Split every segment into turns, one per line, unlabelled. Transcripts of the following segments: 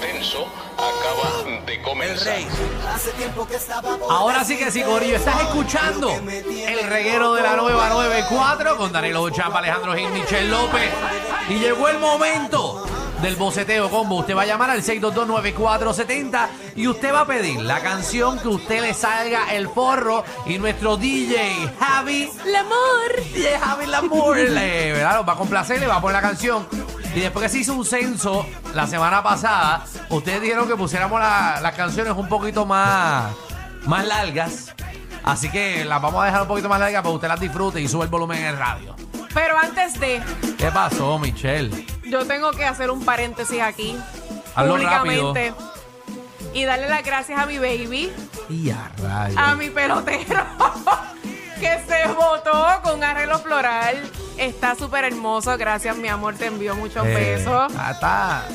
Lorenzo acaba de
El
comenzar.
rey.
Hace tiempo que estaba por
Ahora sí que sí, Corillo, estás escuchando el reguero de la nueva 94 con Danilo Bochapa, Alejandro Gil, Michel López. Y llegó el momento del boceteo combo. Usted va a llamar al 6229470 y usted va a pedir la canción que usted le salga el forro y nuestro DJ Javi
amor.
DJ Javi Lamour le- eh, ¿verdad? Los va a complacer, le va a poner la canción. Y después que se hizo un censo la semana pasada, ustedes dijeron que pusiéramos la- las canciones un poquito más, más largas. Así que las vamos a dejar un poquito más largas para que usted las disfrute y sube el volumen en el radio.
Pero antes de,
¿Qué pasó, Michelle?
yo tengo que hacer un paréntesis aquí.
Hazlo
públicamente. Y darle las gracias a mi baby,
Y a rayos.
a mi pelotero, que se votó con arreglo floral. Está súper hermoso. Gracias, mi amor. Te envío muchos
Eh,
besos.
Está, está,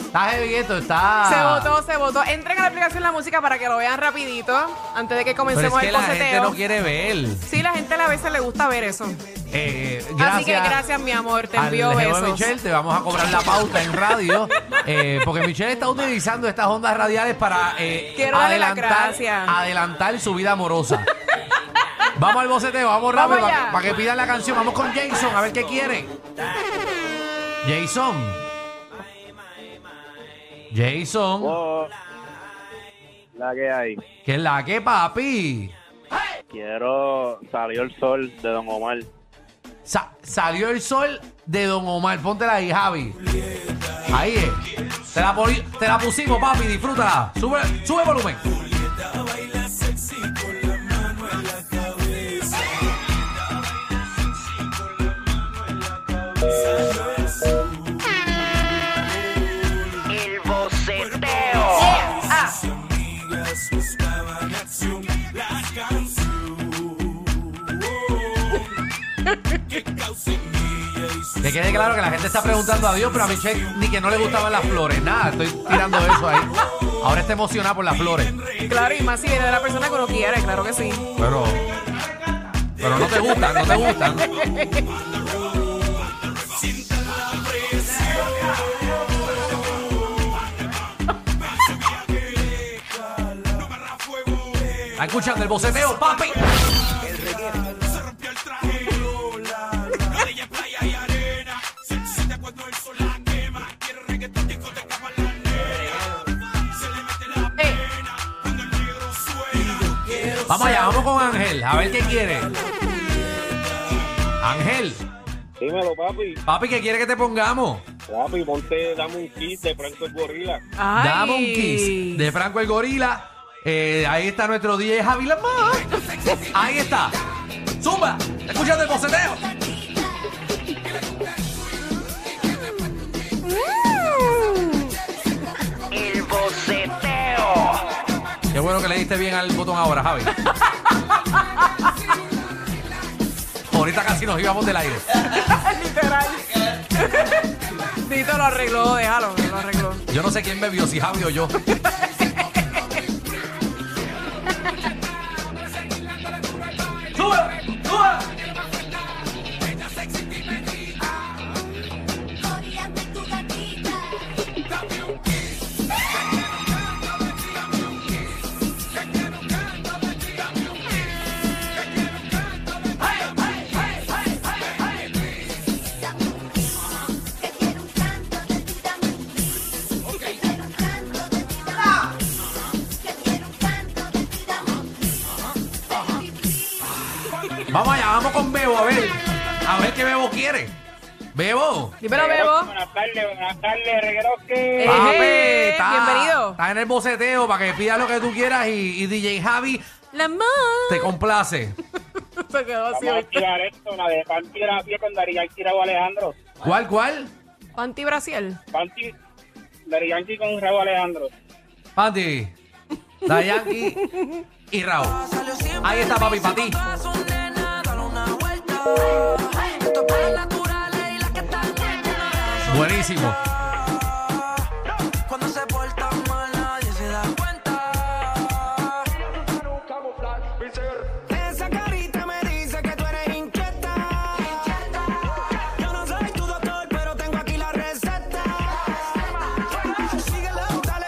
está heavy esto, está...
Se votó, se votó. Entren a la aplicación La Música para que lo vean rapidito antes de que
Pero es
comencemos
que
el
la gente
boceteo.
no quiere ver.
Sí, la gente a veces le gusta ver eso.
Eh,
Así que gracias, mi amor. Te
al
envío
jevo de
besos.
Michelle, te vamos a cobrar la pauta en radio, eh, porque Michelle está utilizando estas ondas radiales para eh,
Quiero darle las
adelantar,
gracias.
adelantar su vida amorosa. Vamos al boceteo, vamos rápido
Vamos
para
allá.
que- para que pidan la canción. Vamos con Jason, a ver qué quiere. Jason. Jason,
Oh, la que hay.
que es la que papi.
Quiero salió el sol de Don Omar.
Sa- salió el sol de Don Omar. Póntela ahí, Javi. Ahí es. Te la, poni- te la pusimos, papi. Disfrútala. Sube, sube volumen. Que quede claro que la gente está preguntando a Dios, pero a Michelle ni que no le gustaban las flores. Nada, estoy tirando eso ahí. Ahora está emocionada por las flores.
Claro, y más si viene de la persona que uno quiere, claro que sí.
Pero. Pero no te gustan, no te gustan. Está escuchando el boceteo, papi.
Eh,
Vamos allá, vamos con Ángel, a ver qué quiere. Ángel,
Dímelo, papi.
papi, ¿qué quiere que te pongamos?
Papi, ponte, dame un kiss de Franco el Gorila.
ay.
Dame un kiss de Franco el Gorila. Eh, ahí está nuestro DJ Javi Lamar. Ahí está. Zumba, escuchando el boceteo. Qué bueno que le diste bien al botón ahora, Javi. Ahorita casi nos íbamos del aire.
Literal. Dito lo arregló, déjalo, lo arregló.
Yo no sé quién bebió, si Javi o yo. ¡Sube! ¡Sube! Vamos allá, vamos con Bebo, a ver. A ver qué Bebo quiere. Bebo.
Dímelo, Bebo.
Buenas tardes, buenas tardes, reguero que.
Eh. Eje, bienvenido.
Está en el boceteo para que pidas lo que tú quieras y, y DJ Javi
La mamá.
te complace.
Se quedó así.
Vamos a tirar esto, la de Panti era pie con Dari tirado Alejandro.
¿Cuál, cuál?
Panty Braciel.
Panti, Dari Yankee con Raúl Alejandro.
Panti, Dayanqui y Raúl. Ahí está, papi, para ti. Buenísimo.
Cuando se porta mal nadie se da cuenta. Esa carita me dice que tú eres inquieta. Yo no soy tu doctor, pero tengo aquí la receta. Síguela, dale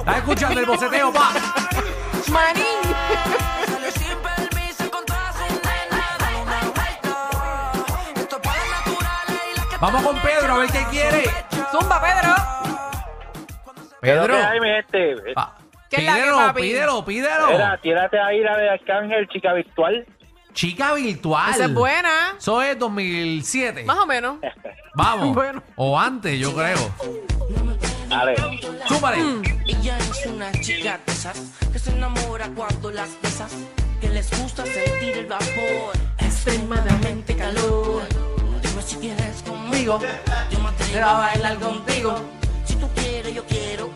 Estás escuchando el boceteo, pa.
Manín.
Sale sin permiso con toda su nena, da una vuelta. Esto es para las naturales y las que
Vamos con Pedro a ver qué quiere.
Zumba, Pedro.
Pedro.
Tírate ahí, mi gente.
pa-
¿Qué es la que,
Pídelo,
papi?
pídelo, pídelo.
Mira, tírate ahí la de Arcángel, chica virtual.
Chica virtual.
Esa es buena.
Eso es 2007.
Más o menos.
Vamos.
Bueno.
O antes, yo creo.
Dale.
Chúpale.
Ella es una chica de esas que se enamora cuando las besas, que les gusta sentir el vapor, extremadamente calor. Dime si quieres conmigo, yo me atrevo a bailar contigo. Si tú quieres, yo quiero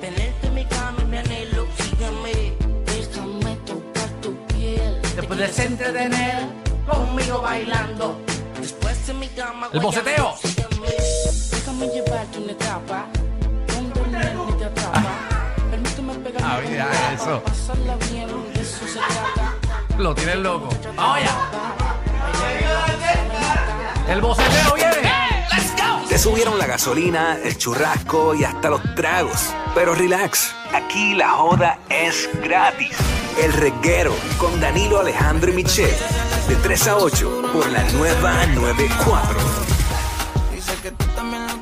tenerte en mi cama y mi anhelo. Sígueme, déjame tocar tu piel. Te puedes entretener conmigo bailando. Después en mi cama,
El boceteo.
Sígueme, déjame llevarte una etapa. Donde el nene te atrapa. Permíteme pegarme
Ah, mira
con tu
eso.
ropa, Pasarla bien, de eso se trata.
Lo tienes loco. Vamos allá. El boceteo viene.
Te subieron la gasolina, el churrasco y hasta los tragos. Pero relax, aquí la joda es gratis. El reguero con Danilo Alejandro y Michel. De 3 a 8 por la nueva 94.
Dice que tú también lo